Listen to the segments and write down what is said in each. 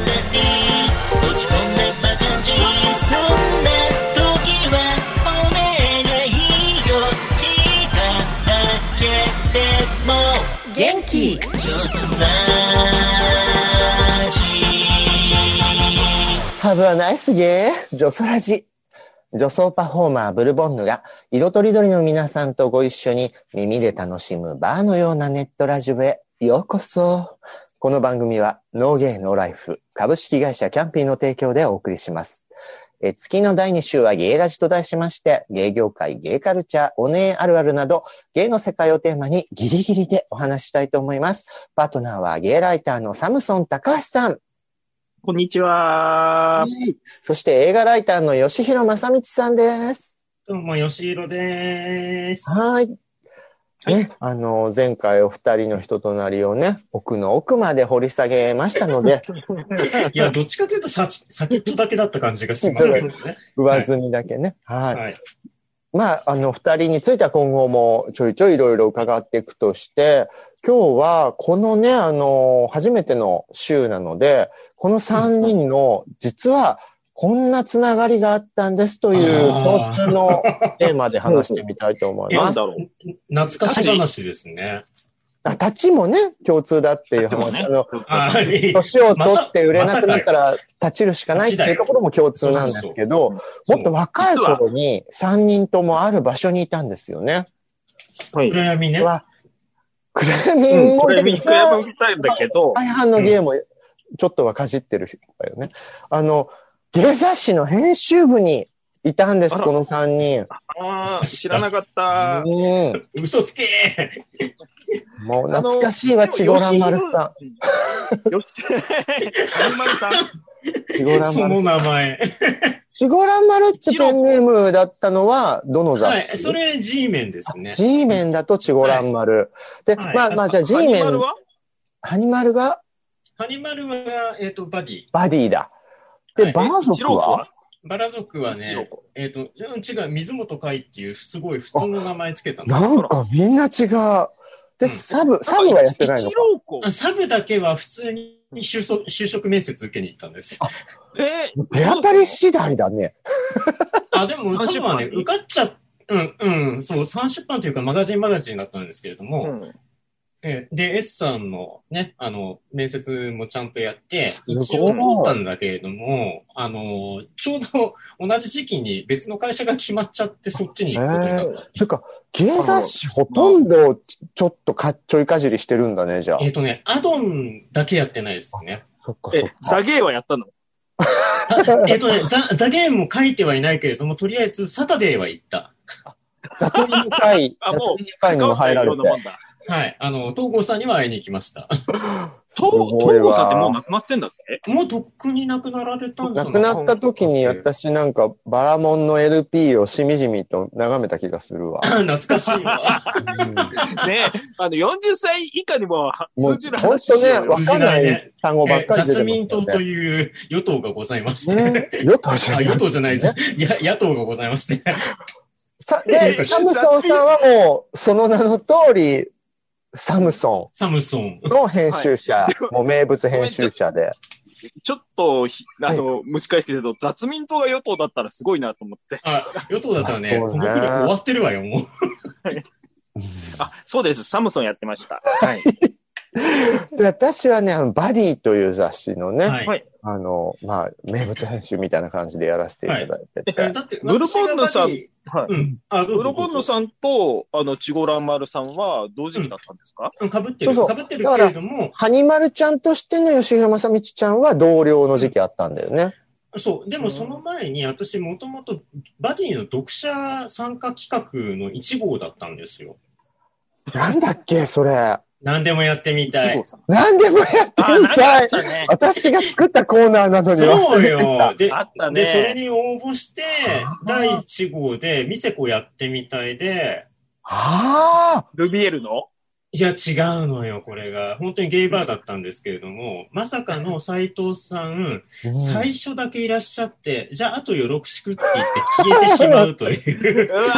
落ち込んだバカンジそんな時はお願いよ聞いただけでも元気ジョスラジハブはナイスゲー女装ラジ。女装パフォーマーブルボンヌが色とりどりの皆さんとご一緒に耳で楽しむバーのようなネットラジオへようこそ。この番組はノーゲーノーライフ株式会社キャンピーの提供でお送りします。え月の第2週はゲイラジと題しまして、芸業界、ゲイカルチャー、おねえあるあるなど、ゲイの世界をテーマにギリギリでお話ししたいと思います。パートナーはゲイライターのサムソン高橋さん。こんにちは。そして映画ライターの吉弘正道さんです。どうも、よしひろでーす。はい。ね、あの、前回お二人の人となりをね、奥の奥まで掘り下げましたの で、いや、どっちかというとさ、先っちょだけだった感じがしますけどね。上積みだけね。はい。はい。まあ、あの、二人については今後もちょいちょいいろいろ伺っていくとして、今日はこのね、あの、初めての週なので、この三人の、実はこんなつながりがあったんですというあ共通のテーマで話してみたいと思いますなん。だろう。懐かし話ですね。あ、立ちもね、共通だっていう話。立ちもねあの、あー年を取って売れなくなったら立ちるしかないっていうところも共通なんですけど、もっと若い頃に3人ともある場所にいたんですよね。はい。暗闇ね。は、クレミンうん、もこいれた見け比べたど、いんだけど、大半の芸もちょっとはかじってる人だよね。あの、芸雑誌の編集部にいたんであす、らこの3人。ああ、知らなかった。うん。嘘つけもう懐かしいわ、チゴランマルさよし、アルマルさん。ん。チゴランマルさそんの名前。シゴランマルってペンネームだったのは、どのはい。雑誌、それ G メンですね。 ?G メンだとチゴランマル。で、はいまあまあ、じゃあ G アニメマルン、はハニマルがハニマルは、えっと、バディ。バディだ。で、はいバラ一郎族子ははバラ族はね一郎、子えっと、違う、水本海っていう、すごい普通の名前つけたの。なんかみんな違う。で、うんサブ、サブはやってないの一か。郎子あ。サブだけは普通に就職就職面接受けに行ったんです。えー手当たり次第だね。あ、でも、三サ種ブはね、パン受かっちゃっうん、うん、そう、三出版というか、マガジンマガジンだったんですけれども、うんえーで、S さんのね、あの、面接もちゃんとやって、ごい一応通ったんだけれども、あの、ちょうど同じ時期に別の会社が決まっちゃって、そっちに行くことになった。ていうか、芸雑誌ほとんどちちょっとかっちょいかじりしてるんだね、じゃあえっ、。とね、アドンだけやってないですね。そっかそっえか、。ザゲーはやったの えっとね、ザ、ザゲームも書いてはいないけれども、とりあえずサタデーは行った。雑誌会、あ雑もう誌会にも入られようなもて。んだ。はい。あの、東郷さんには会いに行きました。す東ごい郷さんってもうわ。亡くなってんだっ けもうとっくに亡くなられたんじゃ亡くなった時に私なんかバラモンの LP をしみじみと眺めた気がするわ。懐かしいわ。ねえ、あの、40歳以下にももう通じる本話し当ようね、よわかんない単語ばっえかり出雑てま民すよ党とね。いう与党がございまして。ね、与党じゃあ、ない与党じゃないです。いや、野党がございまして。さで、サムソンさんはもう、その名の通り、サムソサムソン。ンの編集者、もう名物編集者で。ちょっとひ、あの、蒸し返すけど、雑民党が与党だったらすごいなと思って。あ、与党だったらね、あそこうねの国終わってるわよ、もう。あ、そうです。サムソンやってました。はい。で、私はね、あのバディという雑誌のね、はい。はいあの、まあ、名物編集みたいな感じでやらせていただいてて。えだって、ブルボンヌさん私がはバいディうん。あ、ウロボンヌさんと、あの、チゴランマルさんは同時期だったんですか、ん。かぶってる。そうそかうぶってるけれども、ハニマルちゃんとしての吉弘正道ちゃんは同僚の時期あったんだよね。そう。でもその前に、私、もともと、バディの読者参加企画の1号だったんですよ。なんだっけ、それ。何でもやってみた一い号。さ ん。何でもやってあ、みなんかあたっい。たね。私が作ったコーナーなのに忘そうれてたよ。。であった、ねで、それに応募してあ、ー第1号で、ミセコやってみたいで、ああ、ルビエルのいや、違うのよ、これが。本当にゲイバーだったんですけれども、まさかの斎藤さん、うん最初だけいらっしゃって、じゃあ、あとよろしくって言って消えてしまうとい うう。わー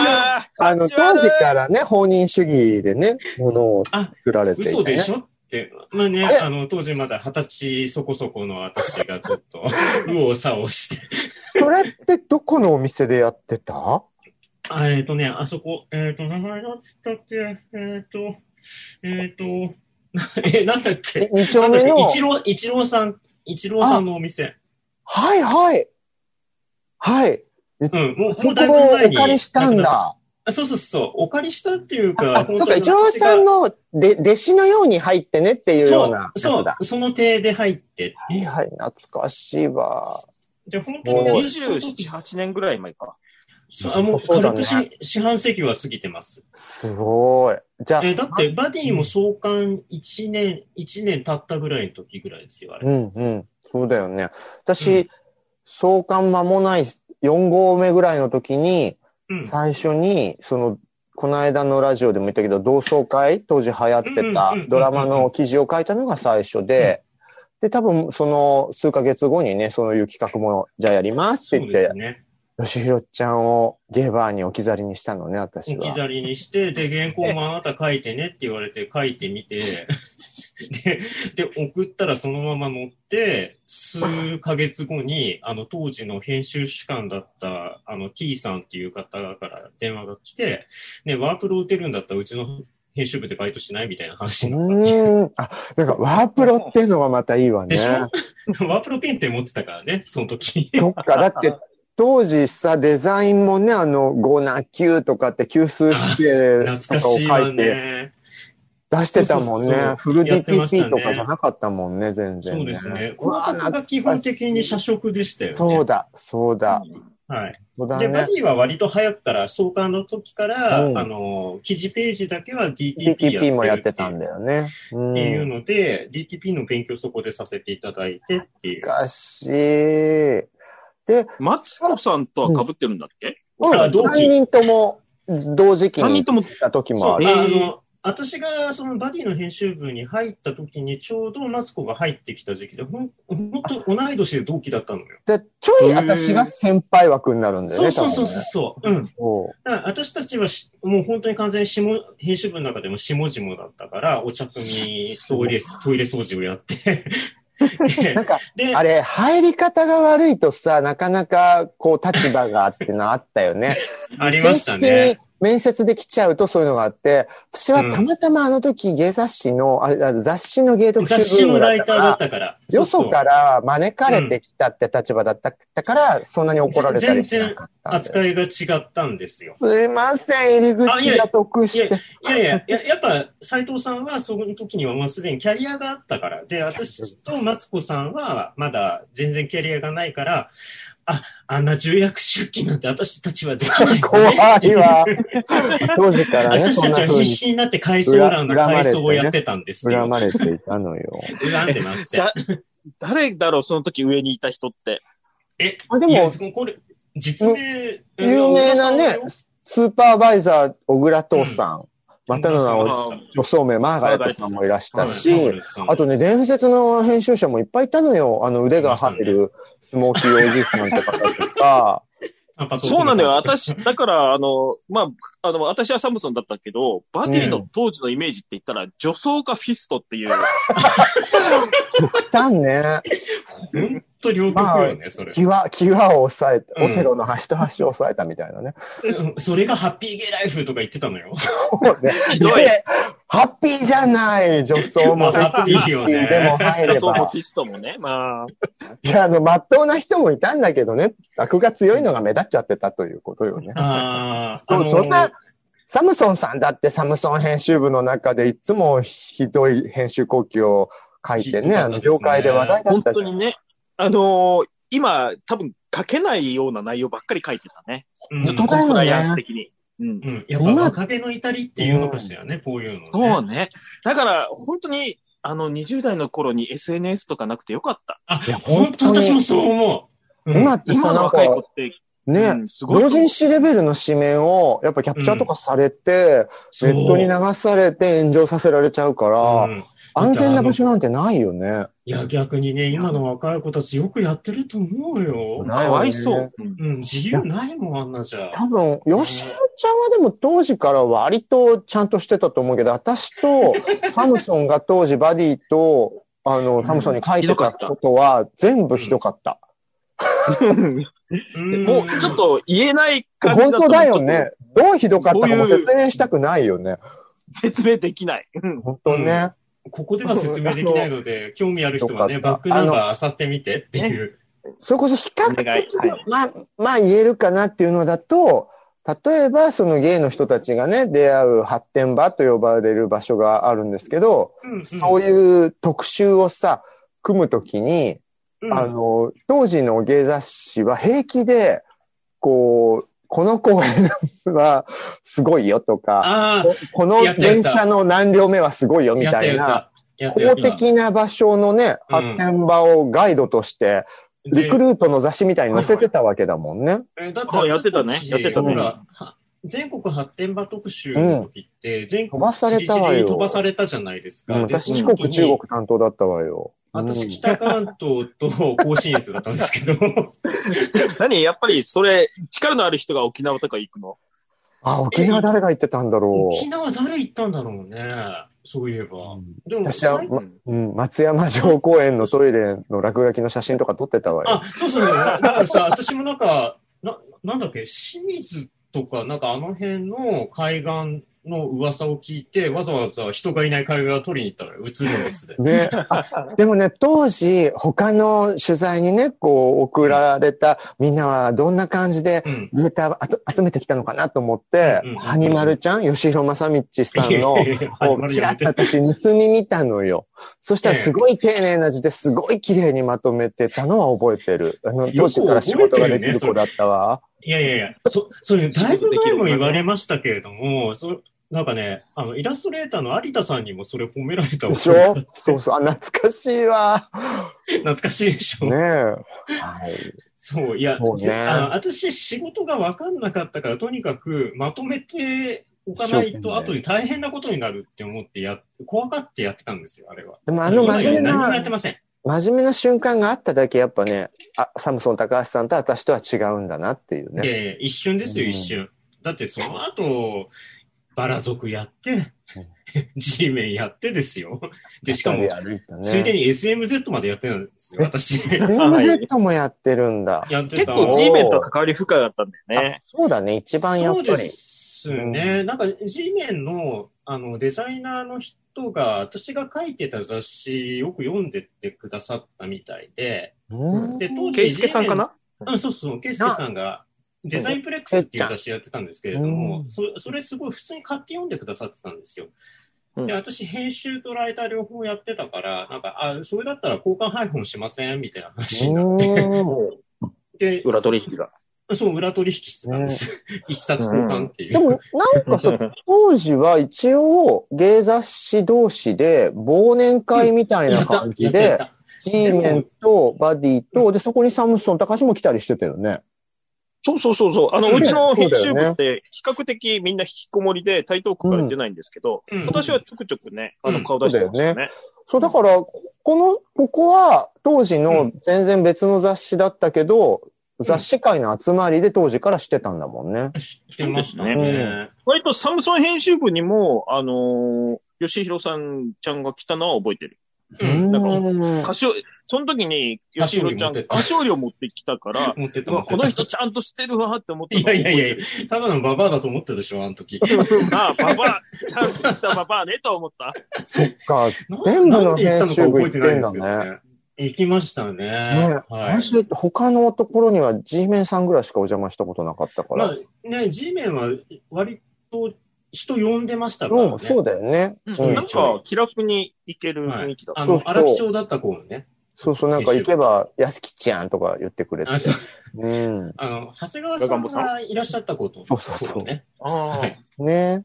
あの、当時からね、放任主義でね、ものをあ作られていて、ね。嘘でしょって。まあね、あれあの、当時まだ二十歳そこそこの私がちょっと、右往左往して。それってどこのお店でやってたあえっ、とね、あそこ、えっ、と、名前なんつったっけ、えっ、と、えっ、と、 なえ、なんだっけ。二丁目の。一郎、一郎さん、一郎さんのお店。はいはい。はい。うん、もう、そこをもうだいぶ前おに。借りしたんなくなっ。だ。あそうそうそう、お借りしたっていうあ、あそか、うか、一郎さんので弟子のように入ってねっていうようなやつそう、そうだ。、その手で入って。はいはい、懐かしいわ。で、本当にね、 27、8年ぐらい前か。そうあもう、そうだ軽ねくし、四半世紀は過ぎてます。すごい。じゃあ、えーだって、バディも創刊1年、一年経ったぐらいの時ぐらいですよ、あれ。うんうん。そうだよね。う私、創刊間もない4号目ぐらいの時に、うん。最初に、その、この間のラジオでも言ったけど、同窓会、当時流行ってたうんうんうんうんうんドラマの記事を書いたのが最初で、で、多分その数ヶ月後にね、そういう企画も、じゃあやりますって言そっうでてす、ね。よしひろちゃんをゲーバーに置き去りにしたのね、私置きは。去りにして、 で、原稿もあなた書いてねって言われて書いてみて、で、で、送ったらそのまま乗って、数ヶ月後に、あの、当時の編集主管だった、あの、T さんっていう方から電話が来て、ね、ワープロ打てるんだったらうちの編集部でバイトしないみたいな話うになったっていうーん。あ、なんかワープロっていうのがまたいいわねで。しょワープロ検定持ってたからね、その時。そっか、だって、当時さ、デザインもね、あの、5な9とかって、級数指定と懐かかをしいわ書いてね。出してたもんそうそうそねう。フルやってました DTP ねとかじゃなかったもんね、全然、そうですね。う広わ告が基本的に社食でしたよね。そうだ、そうだ、はい。そうだで、バね。ディは割と早くから、創刊の時から、うんあの、記事ページだけは DTP DTP もやってたんで。だよね。う。っていうんので、DTP の勉強そこでさせていただいてっていう。難しい。で、マツコさんとは被ってるんだっけうん、あ同期3人とも同時期三に人とも行った時そう、もあある。えーの、私がそのバディの編集部に入った時にちょうどマツコが入ってきた時期で、ほん、ほんと同い年で同期だったのよ。で、ちょいへー私が先輩枠になるんだよそうね、そうそ多分うそねうそう。うん。そう。だから私たちはしもう本当に完全に下、編集部の中でも下々だったから、お茶組、トイレ、トイレ掃除をやって。 でなんか、であれ、入り方が悪いとさ、なかなか、こう、立場があってのあったよね。 ありました正ね式。に面接で来ちゃうとそういうのがあって、私はたまたまあの時、芸雑誌の、ああ雑誌の芸読集雑誌ブーのムだラっイたタかーだっら、たから。。よそからら招かれてきたって立場だったから、そんなに怒られたりしなかったんだよ。扱いが違ったんです よ。すいません、入あいりや口が得して。いやいや、ややっぱ、斎藤さんはその時にはもうすでにキャリアがあったから。で、私とマツコさんはまだ全然キャリアがないから、あ、あんな重役出勤なんて私たちはできない、怖 いわ。当時からね、私そんたちな風は必に死になって階層欄の恨恨まれて階ね層をやってたんです恨よ。まれていたのよ。恨んで ますだ誰だろう、その時上にいた人って。え、あでいやも、これ、実名、有名なね、スーパーバイザー、小倉藤さん、またの名をあ女装名、マーガレットさんもいらしたはいし、あとね、、伝説の編集者もいっぱいいたのよ。あの、腕が入るスモーキーおじさんとかだとか、そうなんだよ。私私、だから、あの、まあ、あの、私はサムソンだったけど、バディの当時のイメージって言ったら、女装かフィストっていう、極端ね、本当両極よね、それ。際、際を抑えて、うんオセロの端と端を抑えたみたいなね。うんそれがハッピーゲイライフとか言ってたのよ。そうねひどいでハッピーじゃない、女装も。まあハッピーよねでも入 女れ装もばフ。ィストもね。まあ、いや、あの、まっとうな人もいたんだけどね、悪が強いのが目立っちゃってたということよね。あーそあうのそんな、サムソンさんだってサムソン編集部の中でいつもひどい編集後期を書いてひどね、かあったのですね業界で話題だっ本たじ当ゃんにね、あのー今、多分書けないような内容ばっかり書いてたね。うんちょっと本当コンプだよねライアンス的に。うんう。ん、やっぱ若手の至りっていうのかしらね、こういうのね。そうね。だから、本当に、あの、20代の頃に SNS とかなくてよかった。あいや、本当本当に私もそう思う。うん今ってさ、今のなんか若い、子ってね、うんすごいと同思う。人誌レベルの紙面を、やっぱキャプチャーとかされて、そうネットに流されて炎上させられちゃうから、うん安全な場所なんてないよね。いや、逆にね、今の若い子たちよくやってると思うよ。なかわいそう。うんうん、自由ないもん、あんなじゃ。多分、吉野ちゃんはでも当時から割とちゃんとしてたと思うけど、私 とサムソンが当時バディと、あの、サムソンに書いてたことは全部ひどかった。うんもうちょっ、と言えない感じ本だ当とだよね。どうひどかったかこもういう説明したくないよね。説明できない。うん本当ね。ここでは説明できないので、興味ある人はね、よかったバックナンバー漁ってみてっていう。それこそ比較お願い的、はまあ、まあ言えるかなっていうのだと、例えばそのゲイの人たちがね、出会う発展場と呼ばれる場所があるんですけど、そういう特集をさ、組むときに、うん、あの、当時の芸雑誌は平気で、こう、この公園はすごいよとか、あここのやったやっ電た車の何両目はすごいよあ、みやったたいやっな、た。やったや公った。的な場所のね、う発ん展場をガイドとして、リクルートの雑誌みたいに載せてたわけだもんね。えだっあやってたね私ちやってたねほら、は全国発展場特集の時って、全国飛ばされたわよ一時的に飛ばされたじゃないですうか。んで私、そ四の時国、に中国担当だったわよ。う私、ん北関東と甲信越だったんですけ ど、何やっぱりそれ、力のある人が沖縄とか行くのあ、沖縄誰が行ってたんだろ沖縄誰行ったんだろうね。そういえば。でも、私は最まう。うん、松山城公園のトイレの落書きの写真とか撮ってたわよ。あ、そうそうそう。だか らさ、私もなんか、な、なんだっけ、清水とか、なんかあの辺の海岸の噂を聞いて、わざわざ人がいない海岸を取りに行ったら映るんですで。ね、あでもね、当時、他の取材にね、こう、送られた、みんなはどんな感じで、うん。データあと集めてきたのかなと思ってうんうんう、んはにまるちゃん、吉弘正道さん の、こう、ちらっとやめて私、盗み見たのよ。そしたら、すごい丁寧な字ですごい綺麗にまとめてたのは覚えてる。あの、よ当く時から仕事ができる子だったわ。いやいやいや、そ、そういう、だいぶ前も言われましたけれども、そなんかね、あの、イラストレーターの有田さんにもそれ褒められたでしょそうそう。あ、懐かしいわ。懐かしいでしょ、ねえ。はい。そう、いや、そうねであの私、仕事が分かんなかったから、とにかくまとめておかない一生懸と、命後で大変なことになるって思ってやっ、怖がってやってたんですよ、あれは。でもあの今真面目や何もやなって、ません。真面目な瞬間があっただけ、やっぱね、あ、サムソン高橋さんと私とは違うんだなっていういね。やいや一瞬ですよ、うん一瞬。だって、その後、バラ族やってうん、 G メンやってですよ。で、しかも、歩いたついでね。に SMZ までやってたんですよ、え 私。 MZ もやってるんだ。やって結た。構 G メンとは関わり深かったんだよね。そうだね、一番やっそうぱでり。すね。なんか G メンのあのデザイナーの人が私が書いてた雑誌よく読んでってくださったみたいで、うんで当時ケイスケさんかなうん、そうそう、ケイスケさんがデザインプレックスっていう雑誌やってたんですけれどうもん、そそれすごい普通に買って読んでくださってたんですよ。うんで、私編集とライター両方やってたから、なんか、あ、それだったら交換配本しませんみたいな話になっうんて、裏取引が。そう、裏取引してたんです。 一冊交換っていう。でも、なんかさ、当時は一応、芸雑誌同士で、忘年会みたいやなった感じやったやでった、 G メンとバディと、で、そこにサムソン、高橋も来たりしてたよね。そうそうそうそう。あの、うんうちのそう編だ集よね部って、比較的みんな引きこもりで、台東区から出ないんですけど、うん私はちょくちょくね、あうの、ん顔出してましたよね。そう、だから、ここの、ここは、当時うのん全然別の雑誌だったけど、雑誌界の集まりで当時からしてたんだもんね。知ってましたね。そうです割とサムソン編集部にも、あのー、吉弘さんちゃんが来たのは覚えてる。う。うんん。なんかうん歌唱、その時に吉弘ちゃん、菓歌唱料持ってきたから、 持ってたうわこの人持ってちゃんとしてるわって思ったたいのを覚やえいてやる。いやいや、ただのババアだと思ったでしょ、あの時。ま あ、ババア、ちゃんとしたババアねとは思った。そっか。なん全部のなんで言ったのか覚えてないんですけど編集部ね。行きましたね。ねはい。私、他のところには G メンさんぐらいしかお邪魔したことなかったから。まあ、ね、G メンは割と人呼んでましたからうね。ん、そうだよね。うそうんなんか、気楽に行ける雰囲気だった。あそのう、そう荒木町だった子もね。そうそう、なんか行けば、やすきちゃんとか言ってくれてあ。そううん。あの、長谷ガガン川ボささんんがいらっしゃったこと。そうそうそうね。ああはいね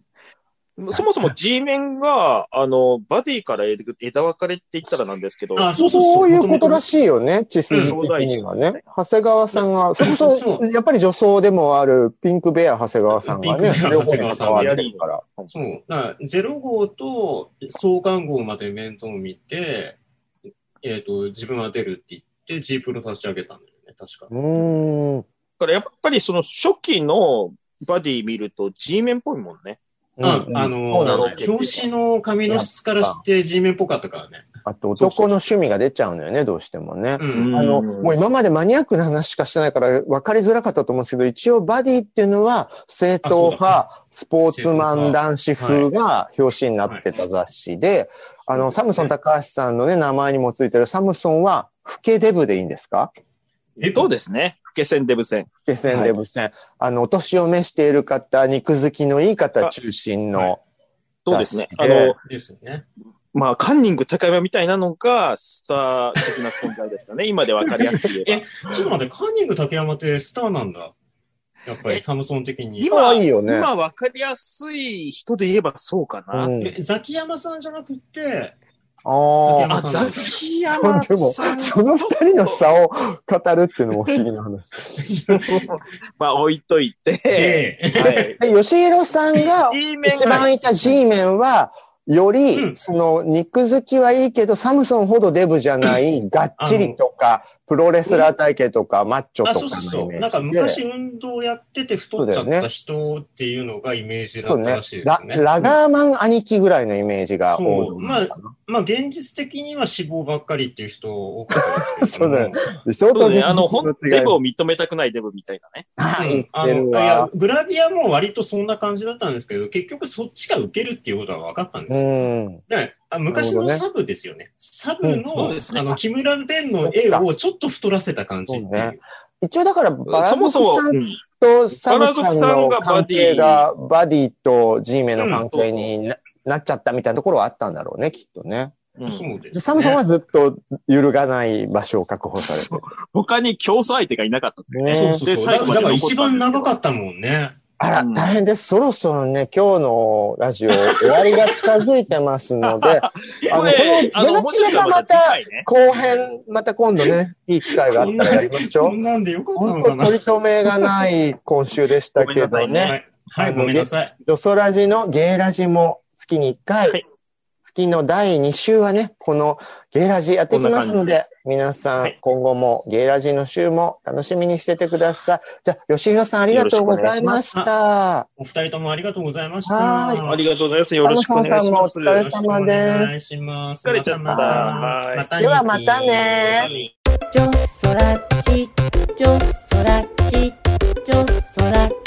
そもそも G メンが、あの、バディから枝分かれって言ったらなんですけど、あ、そうそうそう。そういうことらしい。しいよね、地筋的にはね。長谷川さんが、それこそそ、やっぱり女装でもあるピンクベア長谷川さんがね、ピンクベア長谷川さん両方がにや関りわってるから。そう。だから0号と相関号まで面倒を見て、えっ、と、自分は出るって言って、G プロ立ち上げたんだよね、確かう。ーん。だからやっぱりその初期のバディ見ると G メンっぽいもんね。あう、んあそうのなのよ表紙の紙の質からして G 面っぽかったからね。あと男の趣味が出ちゃうのよね、どうしてもね。うん。あの、うんもう今までマニアックな話しかしてないから分かりづらかったと思うんですけど、一応バディっていうのは正統派、スポーツマン男子風が表紙になってた雑誌で、あの、サムソン高橋さんのね、名前にもついてるサムソンは、老けデブでいいんですかえどうですね不け線デブ線。老け線デブ線。あの、お年を召している方、肉好きのいい方中心の、はそうですね。えあえの、ですよね。まあ、カンニング高山みたいなのが、スター的な存在 ですよね。今でわかりやすく言えば。ちょっと待って、カンニング竹山ってスターなんだ。やっぱりサムソン的に。可今、愛いよね今わかりやすい人で言えばそうかな。うん、えザキヤマさんじゃなくて、ああ。あ、ザキヤマでも、さん。その二人の差を語るっていうのも不思議な話。 まあ、置いといて。で、はい。で吉弘さんが G メン一が、番いた G メンは、より、うんその、肉好きはいいけど、サムソンほどデブじゃない、がっちりとか、プロレスラー体型とか、マッチョあ、とそうかそうのそイう。メージで。なんか昔運動やってて太っちゃった人っていうのがイメージだそっうたねらしいですラ。ね。ラガーマン兄貴ぐらいのイメージが多いそうまあまあ現実的には脂肪ばっかりっていう人多かったですけ そどうもだそうよで相当ね、あの、ほんデブブを認めたくないデブみたいなね。はい、言っあてるのいやわ。グラビアも割とそんな感じだったんですけど、結局そっちが受けるっていうことは分かったんでうすよ。ん。だからあ昔なるのほどねサブですよね。サブうんの,、そうですねあの木村弁の絵をちょっと太らせた感じっていう。そうね一応だから、バラそもドそも、さうんんとサムバラドさんのさんがバ関ディ係が、バディと G メンの関係にな,、なっちゃったみたいなところはあったんだろうね、きっとね。うんそうです、でね。サムソンはずっと揺るがない場所を確保されて他に競争相手がいなかった。る。そねう、そうでそう。最後まだだでから残った一番長かったもんね。あら、うん大変です。そろそろね、今日のラジオ終わりが近づいてますの で、あの、ここれ、あの、の、目面白立いのちがはままた次た回ね。後編、また今度ね、いい機会があったらやりましょこう。んなんでよかった本の当かにな。取り留めがない今週でしたけどごめんなさねは。い、はい、ごめんなさい。ドソラジのゲイラジも月に1回、はい月の第2週はね、このゲイラジやってきますので、皆さん、はい今後もゲイラジの週も楽しみにしててください。じゃあ、吉弘さんありがとうございました。お二人ともありがとうございました。はーいありがとうございます。よろしくお願いします。お疲れ様ですお願いします。疲れちゃったまはいまたではまたねまたねちょそらちちょそらちちょそら